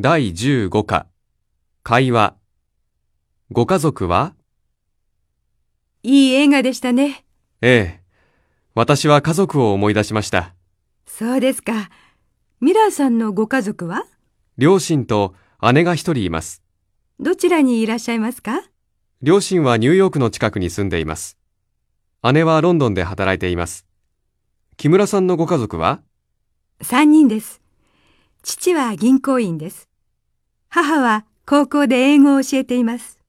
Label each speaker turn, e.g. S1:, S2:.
S1: 第15課、会話。ご家族はい
S2: い映画でしたね。
S1: ええ。私は家族を思い出しました。
S2: そうですか。ミラーさんのご家族は
S1: 両親と姉が一人います。
S2: どちらにいらっしゃいますか
S1: 両親はニューヨークの近くに住んでいます。姉はロンドンで働いています。木村さんのご家族は
S2: ?3 人です。父は銀行員です。母は高校で英語を教えています。